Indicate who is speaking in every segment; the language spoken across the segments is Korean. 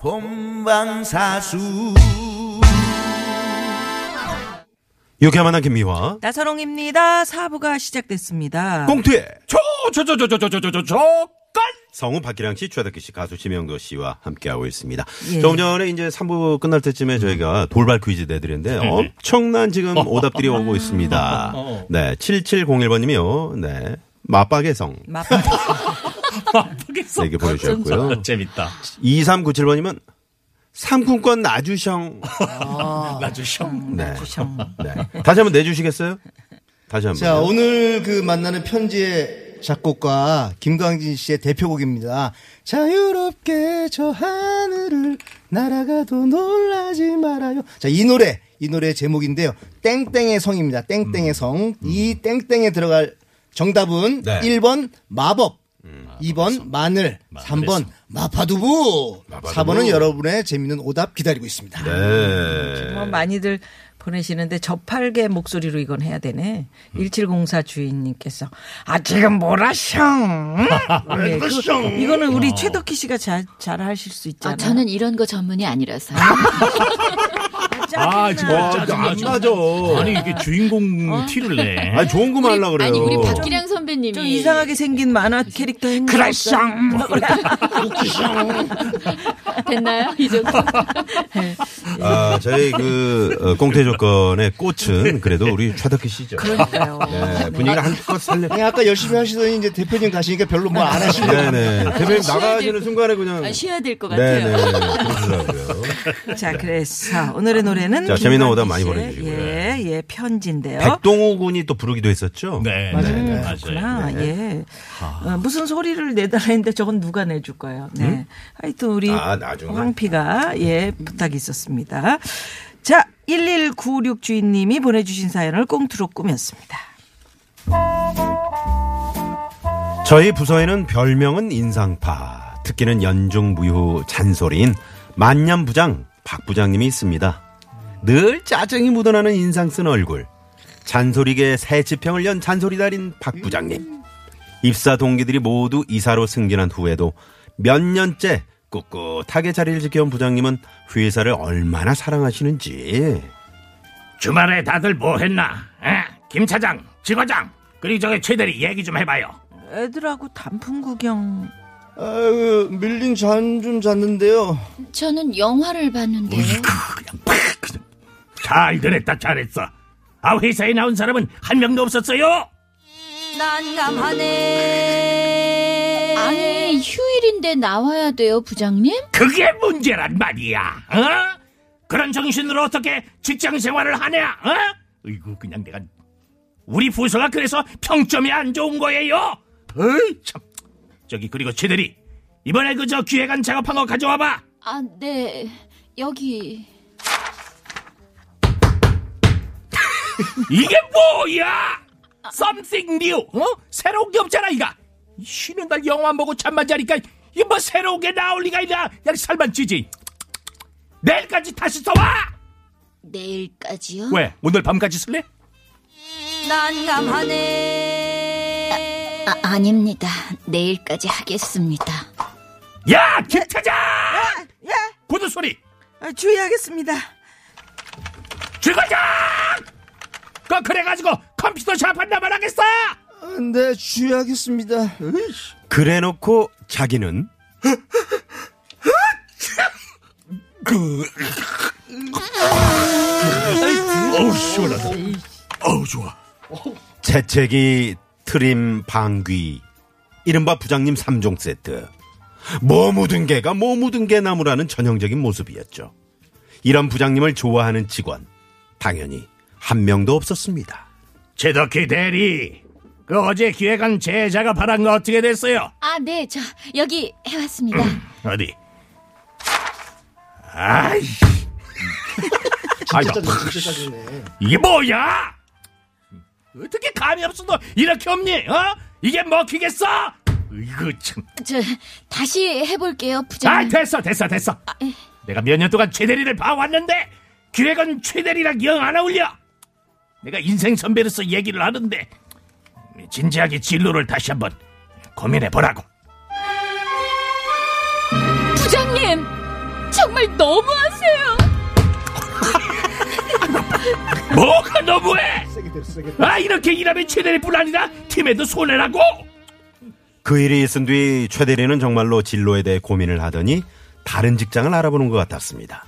Speaker 1: 본방사수
Speaker 2: 유쾌한 만남 김미화.
Speaker 3: 나서롱입니다. 사부가 시작됐습니다.
Speaker 2: 꽁트에
Speaker 4: 저저저저저저저저저깐
Speaker 2: 성우 박기량 씨, 최덕기 씨, 가수 지명도 씨와 함께하고 있습니다.
Speaker 3: 예.
Speaker 2: 조금 전에 이제 3부 끝날 때쯤에 저희가 돌발 퀴즈 내드렸는데 엄청난 지금 오답들이 오고 있습니다. 네, 7701번님이요. 네. 맞박의성
Speaker 3: 맛봐.
Speaker 4: 아프겠어.
Speaker 2: 이렇게 보여주셨고요.
Speaker 4: 재밌다.
Speaker 2: 2397번님은 상품권 나주성.
Speaker 4: 나주셔.
Speaker 2: 네. 네. 다시 한번 내주시겠어요? 다시 한번.
Speaker 5: 어,
Speaker 6: 자, 오늘 그 만나는 편지의 작곡가 김광진 씨의 대표곡입니다. 자유롭게 저 하늘을 날아가도 놀라지 말아요. 자, 이 노래, 이 노래 제목인데요. 땡땡의 성입니다. 땡땡의 성. 이 땡땡에 들어갈 정답은
Speaker 2: 네.
Speaker 6: 1번 마법. 2번 마늘,
Speaker 4: 마늘의
Speaker 6: 3번
Speaker 4: 성.
Speaker 6: 마파두부,
Speaker 2: 마파두부.
Speaker 6: 4번은 여러분의 재밌는 오답 기다리고 있습니다.
Speaker 2: 네.
Speaker 3: 뭐 많이들 보내시는데 저팔계 목소리로 이건 해야 되네.
Speaker 2: 음.
Speaker 3: 1704 주인님께서 아 지금 뭐라셩? 네, 그- 이거는
Speaker 2: 어.
Speaker 3: 우리 최덕희 씨가 잘 잘 하실 수 있잖아요.
Speaker 5: 아, 저는 이런 거 전문이 아니라서.
Speaker 3: 짜증나.
Speaker 4: 아, 진짜 짜증나.
Speaker 2: 안 나죠.
Speaker 4: 아니 이게 주인공 티를 내.
Speaker 2: 아니, 좋은 거 말라 그래요.
Speaker 5: 아니, 우리 박기량 선배님이.
Speaker 3: 좀 이상하게 생긴 만화 캐릭터 했나?
Speaker 5: 됐나요? 이 정도?
Speaker 2: 아, 저희 그 어, 꽁태 조건의 꽃은 그래도 우리 최덕희 씨죠.
Speaker 3: 그러니까요.
Speaker 2: 네, 분위기를 한껏 살려.
Speaker 6: 아니, 아까 열심히 하시더니 이제 대표님 가시니까 별로 뭐 안 하시네요.
Speaker 2: 네네. 대표님
Speaker 5: 쉬어야
Speaker 2: 나가시는
Speaker 5: 될
Speaker 2: 순간에 그냥.
Speaker 5: 아, 쉬어야 될 것 같아요.
Speaker 2: 네네. 그러시더라고요.
Speaker 3: 자, 그래서 오늘의 노래는
Speaker 2: 자, 재미있는 오답
Speaker 3: 김광진
Speaker 2: 많이
Speaker 3: 씨의
Speaker 2: 보내주시고요.
Speaker 3: 예, 예, 편지인데요.
Speaker 2: 백동우 군이 또 부르기도 했었죠.
Speaker 4: 네, 맞아요. 네, 맞아요.
Speaker 3: 그렇구나. 예. 어, 무슨 소리를 내달라는데 저건 누가 내줄 거예요. 네. 하여튼 우리
Speaker 2: 아, 나중에.
Speaker 3: 황피가 예 부탁이 있었습니다. 자, 1196 주인님이 보내주신 사연을 꽁트로 꾸몄습니다.
Speaker 2: 저희 부서에는 별명은 인상파, 특기는 연중무휴 잔소리인 만년부장 박 부장님이 있습니다. 늘 짜증이 묻어나는 인상 쓴 얼굴, 잔소리계 새 지평을 연 잔소리달인 박 부장님. 입사 동기들이 모두 이사로 승진한 후에도 몇 년째 꿋꿋하게 자리를 지켜온 부장님은 회사를 얼마나 사랑하시는지.
Speaker 4: 주말에 다들 뭐 했나? 에? 김 차장, 지 과장, 그리고 저기 최 대리 얘기 좀 해봐요.
Speaker 3: 애들하고 단풍 구경.
Speaker 6: 아유, 밀린 잔 좀 잤는데요.
Speaker 5: 저는 영화를 봤는데요.
Speaker 4: 아, 그냥 팍 그냥 잘 그랬다 잘했어. 아 회사에 나온 사람은 한 명도 없었어요.
Speaker 5: 네. 아니, 휴일인데 나와야 돼요, 부장님?
Speaker 4: 그게 문제란 말이야. 어? 그런 정신으로 어떻게 직장 생활을 하냐? 어? 이거 그냥 내가 우리 부서가 그래서 평점이 안 좋은 거예요. 어이 참. 저기 그리고 최대리 이번에 그저 기획안 작업한 거 가져와봐.
Speaker 5: 아, 네. 여기.
Speaker 4: 이게 뭐야? Something new. 어? 새로운 게 없잖아 이가. 이 쉬는 날 영화 보고 잠만 자니까 이게 뭐 새로운 게 나올 리가 있냐? 그냥 살만 찌지. 내일까지 다시 써봐.
Speaker 5: 내일까지요?
Speaker 4: 왜 오늘 밤까지 쓸래?
Speaker 5: 아, 아닙니다. 내일까지 하겠습니다.
Speaker 4: 야, 김차장! 고든 소리!
Speaker 3: 아, 주의하겠습니다.
Speaker 4: 주과장! 그, 그래가지고 컴퓨터 샵한 나만 하겠어!
Speaker 6: 아, 네, 주의하겠습니다.
Speaker 2: 그래놓고 자기는
Speaker 4: 어우, 시원하다. 어우, 좋아.
Speaker 2: 재채기, 트림, 방귀, 이른바 부장님 3종 세트. 뭐 묻은 개가 뭐 묻은 개 나무라는 전형적인 모습이었죠. 이런 부장님을 좋아하는 직원, 당연히 한 명도 없었습니다.
Speaker 4: 제덕희 대리, 그 어제 기획한 제자가 바란 거 어떻게 됐어요?
Speaker 5: 아, 네. 저 여기
Speaker 4: 음.
Speaker 5: 해왔습니다.
Speaker 4: 어디? 아이 아이,
Speaker 6: 진짜
Speaker 4: 나-
Speaker 6: 짜증, 진짜 짜증네.
Speaker 4: 이게 뭐야? 어떻게 감이 없어 너 이렇게 없니? 어? 이게 먹히겠어? 이거 참.
Speaker 5: 저 다시 해볼게요, 부장님. 아, 예.
Speaker 4: 아 됐어 됐어 됐어. 내가 몇 년 동안 최대리를 봐왔는데 기획은 최대리랑 영 안 어울려. 내가 인생 선배로서 얘기를 하는데 진지하게 진로를 다시 한번 고민해 보라고.
Speaker 5: 부장님 정말 너무하세요.
Speaker 4: 뭐가 너무해?
Speaker 6: 세게 때려, 세게 때려.
Speaker 4: 아 이렇게 일하면 최대리뿐 아니라 팀에도 손해라고.
Speaker 2: 그 일이 있은 뒤 최대리는 정말로 진로에 대해 고민을 하더니 다른 직장을 알아보는 것 같았습니다.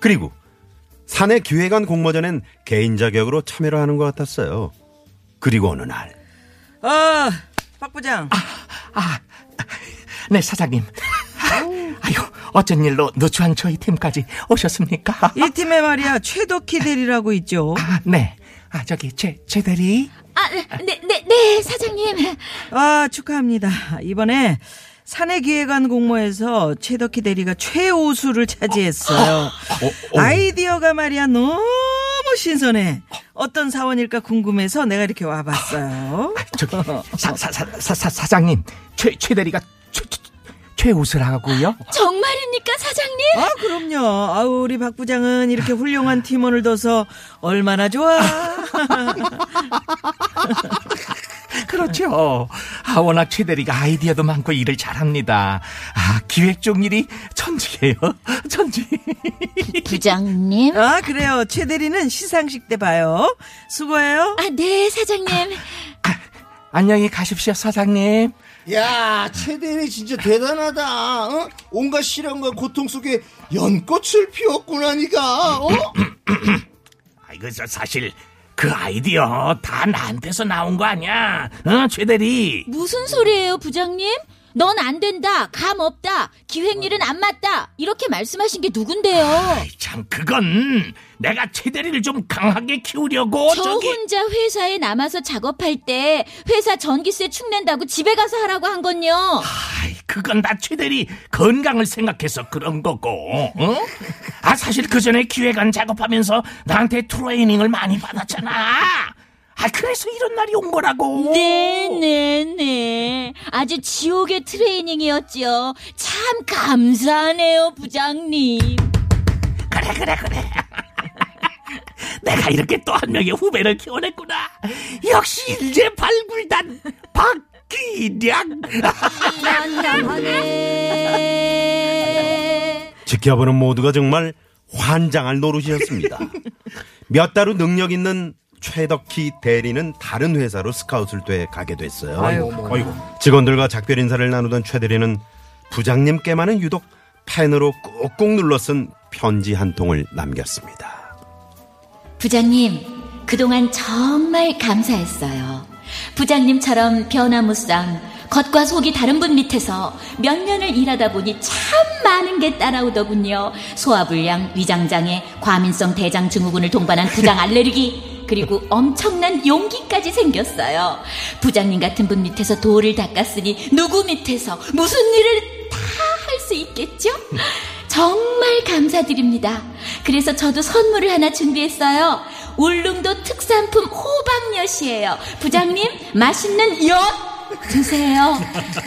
Speaker 2: 그리고 사내 기획안 공모전엔 개인 자격으로 참여를 하는 것 같았어요. 그리고 어느 날
Speaker 3: 아, 박 부장.
Speaker 4: 아, 네 사장님. 아유 어쩐 일로 누추한 저희 팀까지 오셨습니까?
Speaker 3: 이 팀에 말이야 최덕희 대리라고 있죠.
Speaker 4: 네. 아 저기 최 최대리.
Speaker 5: 아네네네 네, 네, 사장님.
Speaker 3: 아 축하합니다. 이번에 사내 기획안 공모에서 최덕희 대리가 최우수를 차지했어요. 아이디어가 말이야 너무 신선해. 어떤 사원일까 궁금해서 내가 이렇게 와봤어요.
Speaker 4: 저기 사, 사, 사, 사, 사, 사장님 최, 최 대리가 최, 최, 최우수를 하고요.
Speaker 5: 정말입니까 사장님?
Speaker 3: 아 그럼요. 아우 우리 박 부장은 이렇게 훌륭한 팀원을 둬서 얼마나 좋아.
Speaker 4: 그렇죠. 아, 워낙 최 대리가 아이디어도 많고 일을 잘합니다. 아, 기획 쪽 일이 천직이에요. 천직.
Speaker 5: 부장님.
Speaker 3: 아 그래요. 최 대리는 시상식 때 봐요. 수고해요.
Speaker 5: 아 네 사장님.
Speaker 4: 안녕히 가십시오, 사장님.
Speaker 6: 야, 최대리 진짜 대단하다. 어? 온갖 실험과 고통 속에 연꽃을 피웠구나, 니가. 어?
Speaker 4: 아, 이거 저 사실 그 아이디어 다 나한테서 나온 거 아니야? 어, 최 대리.
Speaker 5: 무슨 소리예요 부장님? 넌 안 된다. 감 없다. 기획일은 안 맞다. 이렇게 말씀하신 게 누군데요?
Speaker 4: 아이, 참 그건 내가 최 대리를 좀 강하게 키우려고
Speaker 5: 저 혼자 회사에 남아서 작업할 때 회사 전기세 축낸다고 집에 가서 하라고 한 건요.
Speaker 4: 아이, 그건 다 최대리 건강을 생각해서 그런 거고. 응? 아 사실 그 전에 기획안 작업하면서 나한테 트레이닝을 많이 받았잖아. 아 그래서 이런 날이 온 거라고.
Speaker 5: 네. 네네네. 아주 지옥의 트레이닝이었죠. 참 감사하네요, 부장님.
Speaker 4: 그래 그래 그래. 내가 이렇게 또 한 명의 후배를 키워냈구나. 역시 일제 발굴단 박기량.
Speaker 5: 난감하네.
Speaker 2: 지켜보는 모두가 정말 환장할 노릇이었습니다. 몇 달 후 능력 있는 최덕희 대리는 다른 회사로 스카웃을 돼 가게 됐어요. 직원들과 작별 인사를 나누던 최 대리는 부장님께만은 유독 펜으로 꾹꾹 눌러 쓴 편지 한 통을 남겼습니다.
Speaker 5: 부장님, 그동안 정말 감사했어요. 부장님처럼 변화무쌍, 겉과 속이 다른 분 밑에서 몇 년을 일하다 보니 참 많은 게 따라오더군요. 소화불량, 위장장애, 과민성 대장 증후군을 동반한 부장 알레르기, 그리고 엄청난 용기까지 생겼어요. 부장님 같은 분 밑에서 도를 닦았으니 누구 밑에서 무슨 일을 다 할 수 있겠죠? 정말 감사드립니다. 그래서 저도 선물을 하나 준비했어요. 울릉도 특산품 호박엿이에요. 부장님, 맛있는 엿 드세요.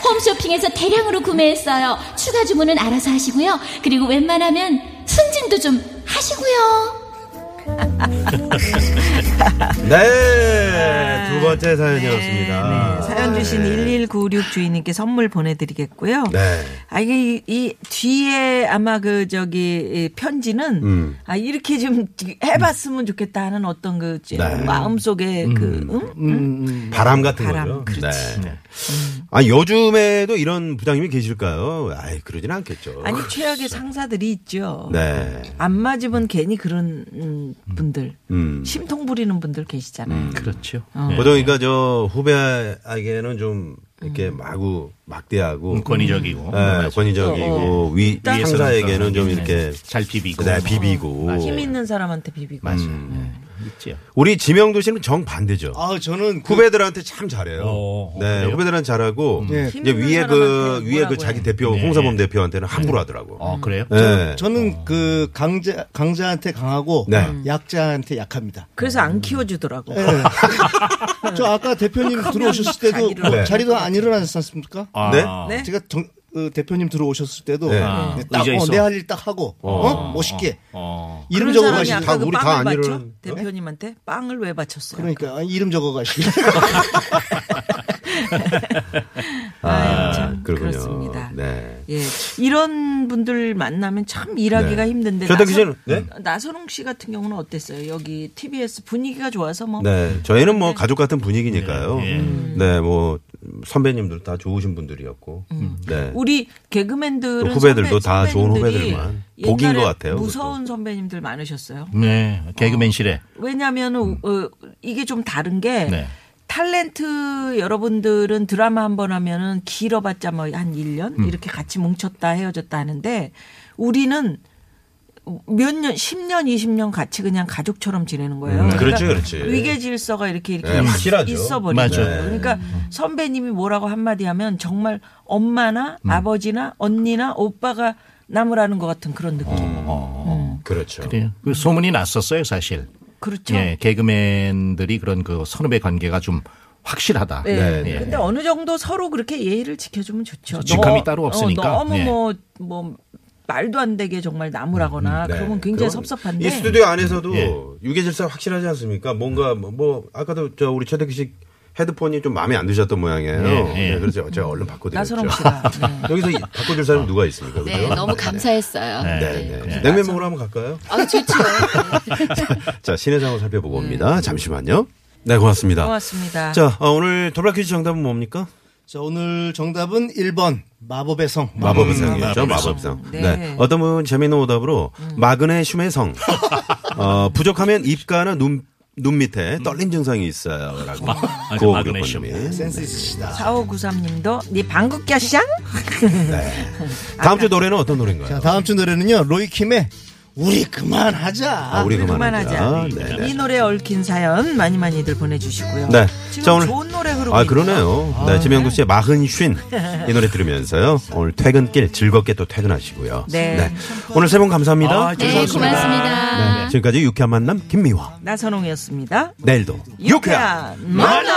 Speaker 5: 홈쇼핑에서 대량으로 구매했어요. 추가 주문은 알아서 하시고요. 그리고 웬만하면 승진도 좀 하시고요.
Speaker 2: 네, 두 번째 사연이었습니다.
Speaker 3: 네, 사연 주신 1196 주인님께 선물 보내드리겠고요.
Speaker 2: 네.
Speaker 3: 아 이게 이, 이 뒤에 아마 그 저기 이 편지는
Speaker 2: 음.
Speaker 3: 아 이렇게 좀 해봤으면 좋겠다 하는 어떤 그
Speaker 2: 네.
Speaker 3: 마음 속에 그 응?
Speaker 2: 바람 같은
Speaker 3: 바람,
Speaker 2: 거죠.
Speaker 3: 그렇지.
Speaker 2: 네. 아 요즘에도 이런 부장님이 계실까요? 아이 그러진 않겠죠.
Speaker 3: 아니 최악의 상사들이 있죠.
Speaker 2: 어, 네.
Speaker 3: 안 맞으면 괜히 그런 음, 분들
Speaker 2: 음.
Speaker 3: 심통 부리는 분들 계시잖아요.
Speaker 4: 그렇죠.
Speaker 2: 보통 그러니까 저 후배에게는 좀 이렇게 마구 막대하고
Speaker 4: 권위적이고.
Speaker 2: 네, 권위적이고 위
Speaker 3: 일단
Speaker 2: 상사에게는 좀 이렇게
Speaker 4: 잘 비비고.
Speaker 2: 네, 비비고
Speaker 3: 힘 있는 사람한테 비비고.
Speaker 4: 맞아요.
Speaker 3: 음.
Speaker 4: 네. 있죠.
Speaker 2: 우리 지명도 씨는 정반대죠.
Speaker 6: 아, 저는 그-
Speaker 2: 후배들한테 참 잘해요.
Speaker 4: 어,
Speaker 2: 네,
Speaker 4: 그래요?
Speaker 2: 후배들한테 잘하고
Speaker 6: 네.
Speaker 2: 이제 위에 그
Speaker 3: 힘든
Speaker 2: 위에 그
Speaker 3: 사람한테는
Speaker 2: 자기
Speaker 3: 뭐라고
Speaker 2: 대표
Speaker 4: 네.
Speaker 2: 홍사범 대표한테는 함부로 하더라고.
Speaker 4: 아 그래요?
Speaker 2: 네.
Speaker 6: 저는 그 강자 강자한테 강하고
Speaker 2: 네.
Speaker 6: 약자한테 약합니다.
Speaker 3: 그래서 안 키워주더라고.
Speaker 6: 예. 저 아까 대표님 들어오셨을 때도
Speaker 3: 자기를-
Speaker 6: 뭐
Speaker 2: 네.
Speaker 6: 자리도 안 일어나지 않습니까?
Speaker 4: 아,
Speaker 2: 네?
Speaker 3: 네?
Speaker 6: 제가 정- 어, 대표님 들어오셨을 때도
Speaker 2: 네.
Speaker 4: 아, 의자 있어.
Speaker 6: 딱내 할 일 딱 하고 어? 멋있게
Speaker 4: 어.
Speaker 6: 이름
Speaker 3: 그런
Speaker 6: 적어
Speaker 3: 사람이
Speaker 6: 가시고
Speaker 3: 아까
Speaker 2: 다
Speaker 3: 그
Speaker 2: 우리 다
Speaker 3: 빵을
Speaker 2: 안
Speaker 3: 받죠?
Speaker 2: 이러는- 어?
Speaker 3: 대표님한테 빵을 왜 받쳤어요?
Speaker 6: 그러니까 아, 이름 적어 가시고
Speaker 2: 아,
Speaker 3: 아유, 참
Speaker 2: 네, 그렇군요.
Speaker 3: 그렇습니다.
Speaker 2: 네.
Speaker 3: 예, 이런 분들 만나면 참 일하기가
Speaker 2: 네.
Speaker 3: 힘든데 어,
Speaker 2: 최덕기 씨는? 네?
Speaker 3: 나선홍 씨 같은 경우는 어땠어요? 여기 TBS 분위기가 좋아서 뭐
Speaker 2: 네, 저희는 뭐 가족 같은 분위기니까요.
Speaker 4: 예, 예.
Speaker 2: 네, 뭐 선배님들 다 좋으신 분들이었고, 네,
Speaker 3: 우리 개그맨들은
Speaker 2: 또 후배들도 다 좋은
Speaker 3: 선배님들이
Speaker 2: 후배들만 복인
Speaker 3: 옛날에
Speaker 2: 것 같아요,
Speaker 3: 무서운 선배님들 많으셨어요.
Speaker 4: 네, 개그맨실에.
Speaker 3: 왜냐하면 어, 이게 좀 다른 게
Speaker 4: 네.
Speaker 3: 탤런트 여러분들은 드라마 한 번 하면은 길어봤자 뭐 한 1년
Speaker 2: 음.
Speaker 3: 이렇게 같이 뭉쳤다 헤어졌다 하는데 우리는 몇 년, 10년, 20년 같이 그냥 가족처럼 지내는 거예요.
Speaker 2: 음,
Speaker 3: 그러니까
Speaker 2: 그렇지, 그렇지.
Speaker 3: 위계 질서가 이렇게 이렇게
Speaker 2: 네, 확실하죠. 네.
Speaker 3: 있어 버리죠.
Speaker 4: 맞아요.
Speaker 3: 그러니까 선배님이 뭐라고 한마디 하면 정말 엄마나
Speaker 2: 음.
Speaker 3: 아버지나 언니나 오빠가 나무라는 것 같은 그런 느낌.
Speaker 2: 음. 그렇죠.
Speaker 4: 네, 그 소문이 났었어요, 사실.
Speaker 3: 그렇죠.
Speaker 4: 예, 개그맨들이 그런 그 선후배 관계가 좀 확실하다.
Speaker 3: 네.
Speaker 4: 예.
Speaker 3: 근데 어느 정도 서로 그렇게 예의를 지켜주면 좋죠.
Speaker 4: 직함이
Speaker 3: 너-
Speaker 4: 따로 없으니까.
Speaker 3: 어, 너무
Speaker 4: 예.
Speaker 3: 뭐, 뭐, 말도 안 되게 정말 나무라거나
Speaker 2: 네.
Speaker 3: 그러면 굉장히
Speaker 2: 그럼
Speaker 3: 섭섭한데.
Speaker 2: 이 스튜디오 안에서도
Speaker 4: 예.
Speaker 2: 유계질서 확실하지 않습니까? 뭔가 뭐, 뭐 아까도 저 우리 최덕기 씨 헤드폰이 좀 마음에 안 드셨던 모양이에요.
Speaker 4: 예, 예.
Speaker 2: 네, 그래서 제가 얼른 바꿔드렸죠.
Speaker 3: 나선홍 씨가,
Speaker 2: 여기서 이- 바꿔줄 사람이 누가 있습니까? 그죠?
Speaker 5: 네, 너무 감사했어요.
Speaker 4: 네.
Speaker 2: 네, 네. 냉면 먹으러 한번 갈까요?
Speaker 5: 아, 좋죠.
Speaker 2: 자, 신의 상황 살펴보고 옵니다. 잠시만요. 네, 고맙습니다.
Speaker 3: 고맙습니다.
Speaker 2: 자, 어, 오늘 돌발 퀴즈 정답은 뭡니까?
Speaker 6: 자, 오늘 정답은 1번 마법의 성.
Speaker 2: 마법의
Speaker 4: 마법의
Speaker 2: 성이었죠. 마법의 성.
Speaker 3: 네.
Speaker 2: 네. 어떤 분 재미있는 오답으로 마그네슘의 성. 어, 부족하면 입가나 눈, 눈 밑에 떨림 증상이 있어요. 라고.
Speaker 4: 아,
Speaker 2: 고오육번님이.
Speaker 4: 마그네슘.
Speaker 6: 센스 있으시다.
Speaker 3: 4593님도 네 방귀 껴시장?
Speaker 2: 다음 주 노래는 어떤 노래인가요?
Speaker 6: 자, 다음 주 노래는요. 로이킴의 우리 그만하자.
Speaker 2: 아, 우리 그만하자.
Speaker 3: 그만하자.
Speaker 2: 네,
Speaker 3: 이
Speaker 2: 네.
Speaker 3: 노래 얽힌 사연 많이 많이들 보내주시고요.
Speaker 2: 네.
Speaker 3: 지금
Speaker 2: 자, 오늘-
Speaker 3: 좋은 노래 흐르고
Speaker 2: 아,
Speaker 3: 있네요.
Speaker 2: 그러네요. 네, 지명구 씨의 마흔 쉰이 노래 들으면서요. 오늘 퇴근길 즐겁게 또 퇴근하시고요.
Speaker 3: 네.
Speaker 2: 오늘 세 분 감사합니다.
Speaker 4: 아,
Speaker 5: 네, 고맙습니다.
Speaker 2: 네. 지금까지 유쾌한 만남 김미화.
Speaker 3: 나선홍이었습니다.
Speaker 2: 내일도
Speaker 3: 유쾌한 만남!